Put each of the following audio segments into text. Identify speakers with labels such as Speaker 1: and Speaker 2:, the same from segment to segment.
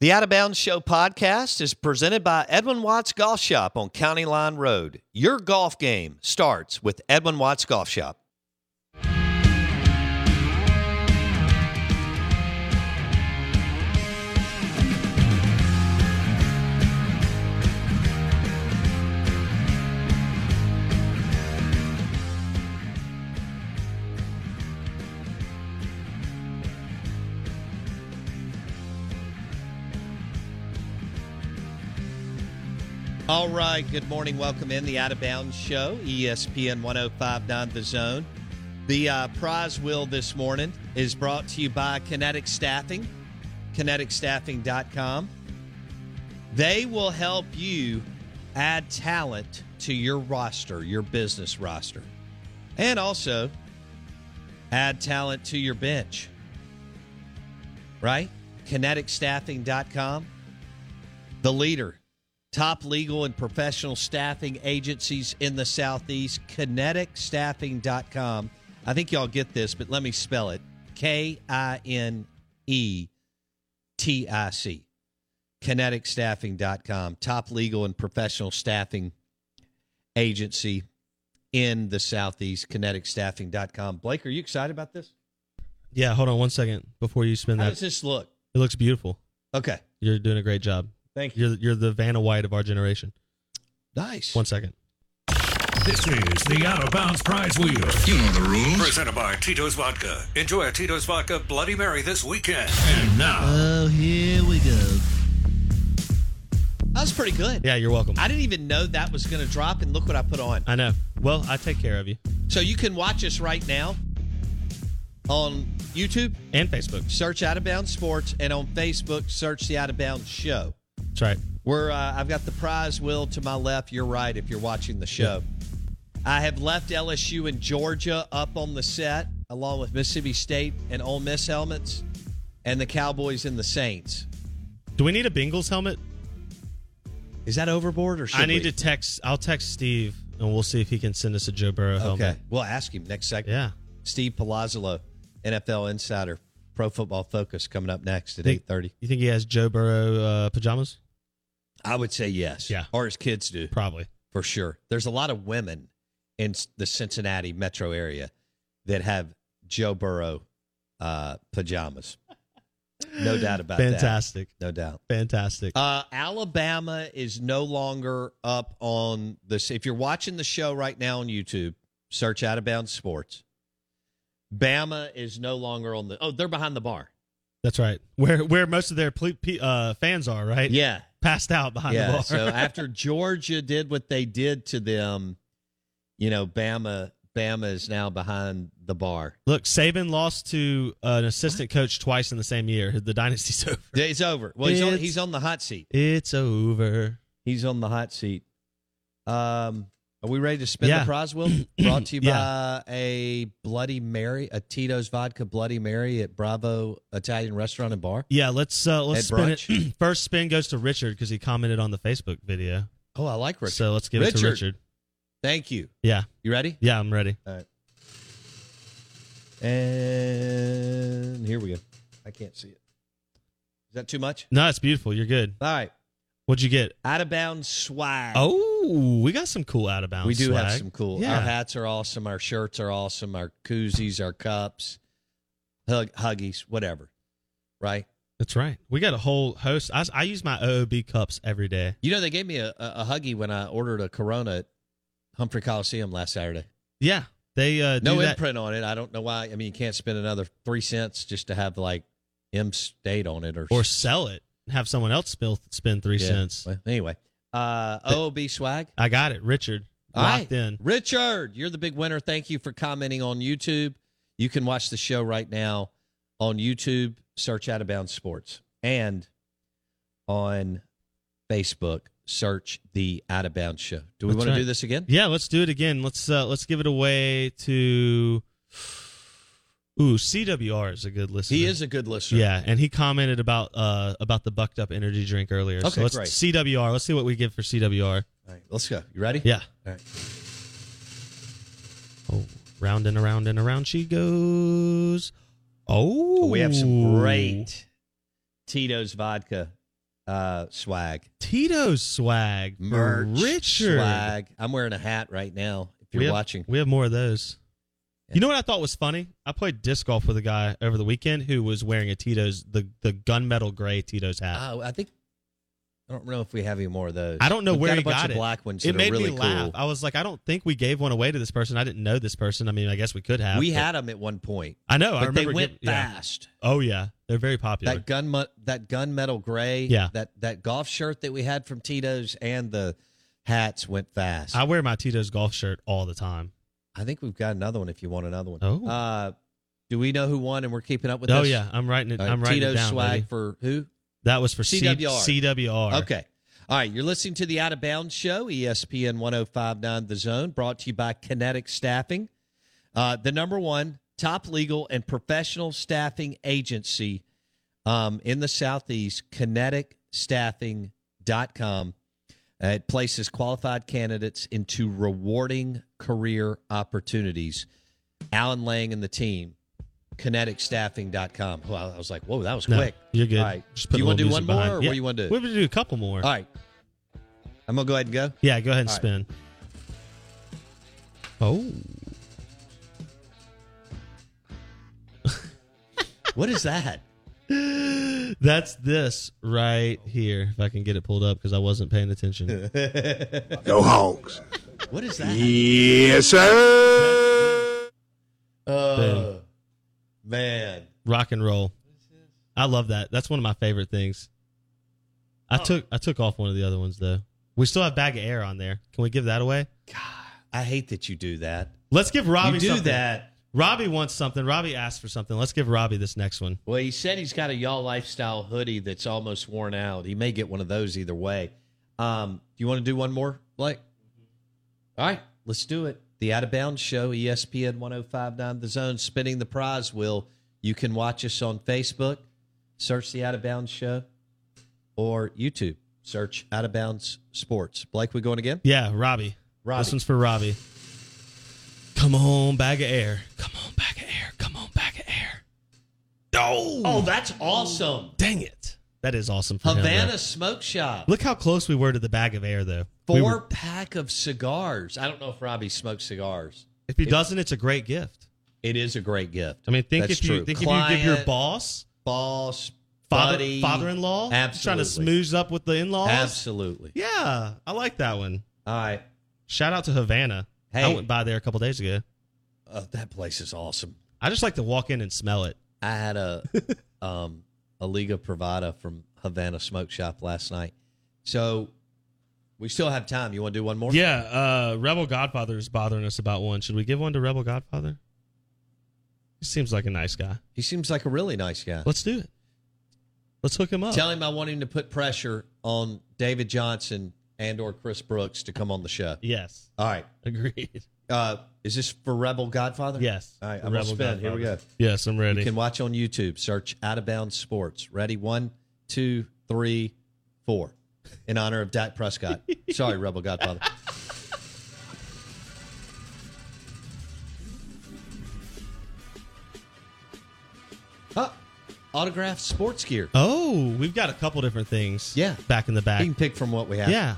Speaker 1: The Out of Bounds Show podcast is presented by Edwin Watts Golf Shop on County Line Road. Your golf game starts with Edwin Watts Golf Shop. All right. Good morning. Welcome in the Out of Bounds Show, E ESPN 1059 The Zone. The uh, prize wheel this morning is brought to you by Kinetic Staffing, kineticstaffing.com. They will help you add talent to your roster, your business roster, and also add talent to your bench. Right? Kineticstaffing.com, the leader top legal and professional staffing agencies in the Southeast, kineticstaffing.com. I think y'all get this, but let me spell it K I N E T I C. Kineticstaffing.com, top legal and professional staffing agency in the Southeast, kineticstaffing.com. Blake, are you excited about this?
Speaker 2: Yeah, hold on one second before you spin
Speaker 1: How
Speaker 2: that.
Speaker 1: does this look?
Speaker 2: It looks beautiful.
Speaker 1: Okay.
Speaker 2: You're doing a great job.
Speaker 1: Thank you.
Speaker 2: You're you're the Vanna White of our generation.
Speaker 1: Nice.
Speaker 2: One second.
Speaker 3: This is the Out of Bounds Prize Wheel. You know the rules. Presented by Tito's Vodka. Enjoy a Tito's Vodka Bloody Mary this weekend. Uh, And now,
Speaker 2: Oh, here we go.
Speaker 1: That was pretty good.
Speaker 2: Yeah, you're welcome.
Speaker 1: I didn't even know that was going to drop, and look what I put on.
Speaker 2: I know. Well, I take care of you
Speaker 1: So you can watch us right now on YouTube,
Speaker 2: and Facebook.
Speaker 1: search Out of Bounds Sports, and on Facebook, search the Out of Bounds Show.
Speaker 2: That's right.
Speaker 1: Where uh, I've got the prize wheel to my left. You're right if you're watching the show. I have left LSU and Georgia up on the set, along with Mississippi State and Ole Miss helmets, and the Cowboys and the Saints.
Speaker 2: Do we need a Bengals helmet?
Speaker 1: Is that overboard or should
Speaker 2: I need
Speaker 1: we?
Speaker 2: to text. I'll text Steve and we'll see if he can send us a Joe Burrow helmet.
Speaker 1: Okay, we'll ask him next segment.
Speaker 2: Yeah.
Speaker 1: Steve Palazzolo, NFL Insider, Pro Football Focus, coming up next at
Speaker 2: Think-
Speaker 1: eight thirty.
Speaker 2: You think he has Joe Burrow uh, pajamas?
Speaker 1: I would say yes.
Speaker 2: Yeah.
Speaker 1: Or his kids do,
Speaker 2: Probably.
Speaker 1: for sure. There's a lot of women in s- the Cincinnati metro area that have Joe Burrow uh, pajamas. No doubt about
Speaker 2: Fantastic.
Speaker 1: that. No doubt.
Speaker 2: Fantastic.
Speaker 1: Uh, Alabama is no longer up on this. If you're watching the show right now on YouTube, search Out of Bounds Sports. Bama is no longer on the. Oh, they're behind the bar.
Speaker 2: That's right. Where where most of their ple- pe- uh, fans are, right?
Speaker 1: Yeah.
Speaker 2: Passed out behind
Speaker 1: yeah,
Speaker 2: the bar.
Speaker 1: so after Georgia did what they did to them, you know, Bama Bama is now behind the bar.
Speaker 2: Look, Saban lost to uh, an assistant coach twice in the same year. The dynasty's over.
Speaker 1: It's over. Well, he's on,
Speaker 2: It's-
Speaker 1: he's on the hot seat.
Speaker 2: It's over.
Speaker 1: He's on the hot seat. Um, Are we ready to spin
Speaker 2: Yeah.
Speaker 1: the prize wheel? Brought to you
Speaker 2: Yeah.
Speaker 1: by a Bloody Mary, a Tito's Vodka Bloody Mary at Bravo Italian Restaurant and Bar.
Speaker 2: Yeah, let's uh, let's
Speaker 1: At
Speaker 2: spin it. First spin goes to Richard because he commented on the Facebook video.
Speaker 1: Oh, I like Richard.
Speaker 2: So let's give it to Richard.
Speaker 1: Thank you.
Speaker 2: Yeah,
Speaker 1: You ready?
Speaker 2: yeah, I'm ready.
Speaker 1: All right. And here we go. I can't see it. Is that too much?
Speaker 2: No, it's beautiful. You're good.
Speaker 1: All right.
Speaker 2: What'd you get?
Speaker 1: Out of bounds swag.
Speaker 2: Oh, we got some cool out of bounds.
Speaker 1: we do have
Speaker 2: swag.
Speaker 1: some cool.
Speaker 2: Yeah.
Speaker 1: Our hats are awesome. Our shirts are awesome. Our koozies, our cups, hug, huggies, whatever. Right?
Speaker 2: That's right. We got a whole host. I, I use my OOB cups every day.
Speaker 1: You know, they gave me a, a, a huggy when I ordered a Corona at Humphrey Coliseum last Saturday.
Speaker 2: Yeah, they uh, do
Speaker 1: No
Speaker 2: that.
Speaker 1: imprint on it. I don't know why. I mean, you can't spend another three cents just to have like M state on it or
Speaker 2: or sell it. Have someone else spill, spend three
Speaker 1: Yeah.
Speaker 2: cents.
Speaker 1: Well, anyway, uh, OOB swag.
Speaker 2: I got it, Richard.
Speaker 1: All
Speaker 2: Locked
Speaker 1: right.
Speaker 2: in.
Speaker 1: Richard, you're the big winner. Thank you for commenting on YouTube. You can watch the show right now on YouTube, search Out of Bounds Sports, and on Facebook, search the Out of Bounds Show. Do we
Speaker 2: That's
Speaker 1: want
Speaker 2: right.
Speaker 1: to do this again?
Speaker 2: Yeah, let's do it again. Let's uh, let's give it away to. Ooh, CWR is a good listener.
Speaker 1: He is a good listener.
Speaker 2: Yeah, and he commented about uh about the bucked up energy drink earlier. so
Speaker 1: Okay,
Speaker 2: let's
Speaker 1: great.
Speaker 2: CWR. Let's see what we give for CWR.
Speaker 1: All right, let's go. You ready?
Speaker 2: Yeah.
Speaker 1: All right.
Speaker 2: Oh, round and around and around she goes. Oh,
Speaker 1: We have some great Tito's vodka uh, swag.
Speaker 2: Tito's swag. for
Speaker 1: Merch.
Speaker 2: Richard.
Speaker 1: Swag. I'm wearing a hat right now if you're
Speaker 2: we have,
Speaker 1: watching.
Speaker 2: We have more of those.
Speaker 1: Yeah.
Speaker 2: You know what I thought was funny? I played disc golf with a guy over the weekend who was wearing a Tito's the the gunmetal gray Tito's hat.
Speaker 1: Uh, I think I don't know if we have any more of those.
Speaker 2: I don't know
Speaker 1: We've
Speaker 2: where
Speaker 1: got
Speaker 2: he
Speaker 1: a bunch
Speaker 2: got
Speaker 1: of
Speaker 2: it.
Speaker 1: black ones.
Speaker 2: it
Speaker 1: that
Speaker 2: made
Speaker 1: are really
Speaker 2: me laugh.
Speaker 1: cool.
Speaker 2: I was like, I don't think we gave one away to this person. I didn't know this person. I mean, I guess we could have.
Speaker 1: we
Speaker 2: but-
Speaker 1: had them at one point,
Speaker 2: I know. Oh, I
Speaker 1: but they
Speaker 2: remember
Speaker 1: went
Speaker 2: giv- yeah.
Speaker 1: fast.
Speaker 2: Oh yeah, they're very popular.
Speaker 1: That gun, mu- that gun metal gray,
Speaker 2: Yeah.
Speaker 1: that that golf shirt that we had from Tito's and the hats went fast.
Speaker 2: I
Speaker 1: I
Speaker 2: wear my Tito's golf shirt all the time.
Speaker 1: think we've got another one. If you want another one,
Speaker 2: Oh.
Speaker 1: uh, do we know who won? And we're keeping up with.
Speaker 2: oh
Speaker 1: this?
Speaker 2: yeah, I'm writing it.
Speaker 1: All right,
Speaker 2: I'm writing
Speaker 1: Tito's
Speaker 2: it down.
Speaker 1: swag
Speaker 2: baby.
Speaker 1: for who?
Speaker 2: That was for
Speaker 1: CWR.
Speaker 2: C- CWR.
Speaker 1: Okay. All right. You're listening to the Out of Bounds Show, E ESPN 1059 The Zone, brought to you by Kinetic Staffing, uh, the number one top legal and professional staffing agency um, in the Southeast, kineticstaffing.com. Uh, it places qualified candidates into rewarding career opportunities. Alan Lang and the team, kineticstaffing.com. Well, I was like, whoa, that was
Speaker 2: No,
Speaker 1: quick.
Speaker 2: You're good.
Speaker 1: All right.
Speaker 2: Just put
Speaker 1: you
Speaker 2: a
Speaker 1: want to
Speaker 2: little
Speaker 1: do one
Speaker 2: music
Speaker 1: more,
Speaker 2: behind.
Speaker 1: or
Speaker 2: yeah.
Speaker 1: what do you want to do?
Speaker 2: We to do a couple more.
Speaker 1: All right. I'm going to go ahead and go.
Speaker 2: Yeah, go ahead and
Speaker 1: All
Speaker 2: spin. Oh,
Speaker 1: What is that?
Speaker 2: Oh. that's this right here. If I can get it pulled up because I wasn't paying attention.
Speaker 4: Go Hawks.
Speaker 1: What is that?
Speaker 4: Yes, sir.
Speaker 1: Oh, man.
Speaker 2: Rock and roll. I love that. That's one of my favorite things. I took I took off one of the other ones though. We still have bag of air on there. Can we give that away?
Speaker 1: I hate that you do that.
Speaker 2: Let's give Robbie
Speaker 1: you do
Speaker 2: something.
Speaker 1: that.
Speaker 2: Robbie wants something. Robbie asked for something. Let's give Robbie this next one.
Speaker 1: Well, he said he's got a Y'all Lifestyle hoodie that's almost worn out. He may get one of those either way. Um, do you want to do one more, Blake? All right, let's do it. The Out of Bounds Show, E ESPN 1059 The Zone, spinning the prize wheel. You can watch us on Facebook, search The Out of Bounds Show, or YouTube, search Out of Bounds Sports. Blake, we going again?
Speaker 2: Yeah, Robbie.
Speaker 1: Robbie.
Speaker 2: This one's for Robbie. Come on, bag of air. Come on, bag of air. Come on, bag of air. Oh,
Speaker 1: Oh, that's awesome.
Speaker 2: dang it. That is awesome for him, though.
Speaker 1: Havana Smoke Shop.
Speaker 2: Look how close we were to the bag of air, though.
Speaker 1: Four
Speaker 2: We were-
Speaker 1: pack of cigars. I don't know if Robbie smokes cigars.
Speaker 2: if he doesn't, it's a great gift.
Speaker 1: It is a great gift.
Speaker 2: I mean, think
Speaker 1: That's
Speaker 2: if you
Speaker 1: true.
Speaker 2: think if you give your
Speaker 1: Client,
Speaker 2: boss,
Speaker 1: boss,
Speaker 2: father,
Speaker 1: buddy,
Speaker 2: father-in-law,
Speaker 1: absolutely,
Speaker 2: trying to smooze up with the in-laws.
Speaker 1: absolutely.
Speaker 2: Yeah, I like that one.
Speaker 1: All right,
Speaker 2: Shout out to Havana. I
Speaker 1: Hey.
Speaker 2: went by there a couple days ago.
Speaker 1: oh, that place is awesome.
Speaker 2: I just like to walk in and smell it.
Speaker 1: I had a um a Liga Privada from Havana Smoke Shop last night, so we still have time. You want to do one more?
Speaker 2: Yeah, uh, Rebel Godfather is bothering us about one. Should we give one to Rebel Godfather? He seems like a nice guy.
Speaker 1: He seems like a really nice guy.
Speaker 2: Let's do it. Let's hook him up.
Speaker 1: Tell him I want him to put pressure on David Johnson and or Chris Brooks to come on the show.
Speaker 2: Yes.
Speaker 1: All right.
Speaker 2: Agreed.
Speaker 1: Uh, is this for Rebel Godfather?
Speaker 2: Yes.
Speaker 1: All right.
Speaker 2: The
Speaker 1: I'm Rebel
Speaker 2: Rebel
Speaker 1: spin. Here we go.
Speaker 2: Godfather. Yes, I'm ready.
Speaker 1: You can watch on YouTube. Search Out of Bounds Sports. Ready? One, two, three, four. In honor of Dak Prescott. Sorry, Rebel Godfather. Huh. Autographed sports gear.
Speaker 2: Oh, we've got a couple different things.
Speaker 1: Yeah.
Speaker 2: Back in the back.
Speaker 1: You can pick from what we have.
Speaker 2: Yeah.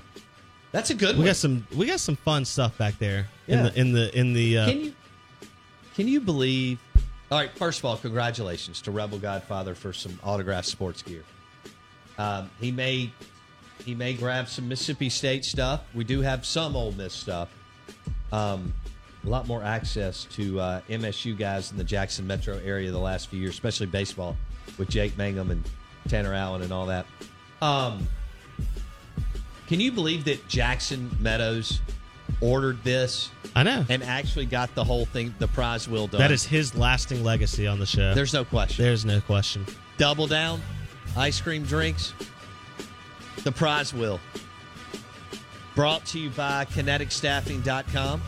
Speaker 1: That's a good
Speaker 2: We
Speaker 1: one.
Speaker 2: got some we got some fun stuff back there.
Speaker 1: Yeah.
Speaker 2: In the in the in the uh,
Speaker 1: Can you can you believe? All right, first of all, congratulations to Rebel Godfather for some autographed sports gear. Um, he may he may grab some Mississippi State stuff. We do have some Ole Miss stuff. Um, a lot more access to uh, MSU guys in the Jackson metro area the last few years, especially baseball with Jake Mangum and Tanner Allen and all that. Um, can you believe that Jackson Meadows ordered this
Speaker 2: I know.
Speaker 1: and actually got the whole thing, the prize wheel done.
Speaker 2: That is his lasting legacy on the show.
Speaker 1: there's no question.
Speaker 2: There's no question.
Speaker 1: Double down, ice cream drinks, the prize wheel. Brought to you by kineticstaffing.com,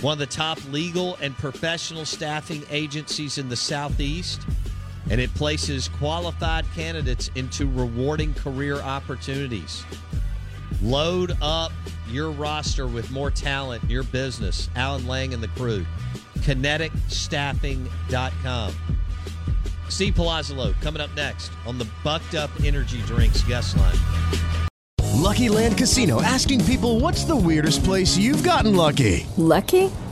Speaker 1: one of the top legal and professional staffing agencies in the Southeast, and it places qualified candidates into rewarding career opportunities. Load up your roster with more talent, in your business. Alan Lang and the crew. KineticStaffing.com. Steve Palazzolo coming up next on the Bucked Up Energy Drinks guest line.
Speaker 5: Lucky Land Casino asking people what's the weirdest place you've gotten lucky?
Speaker 6: Lucky?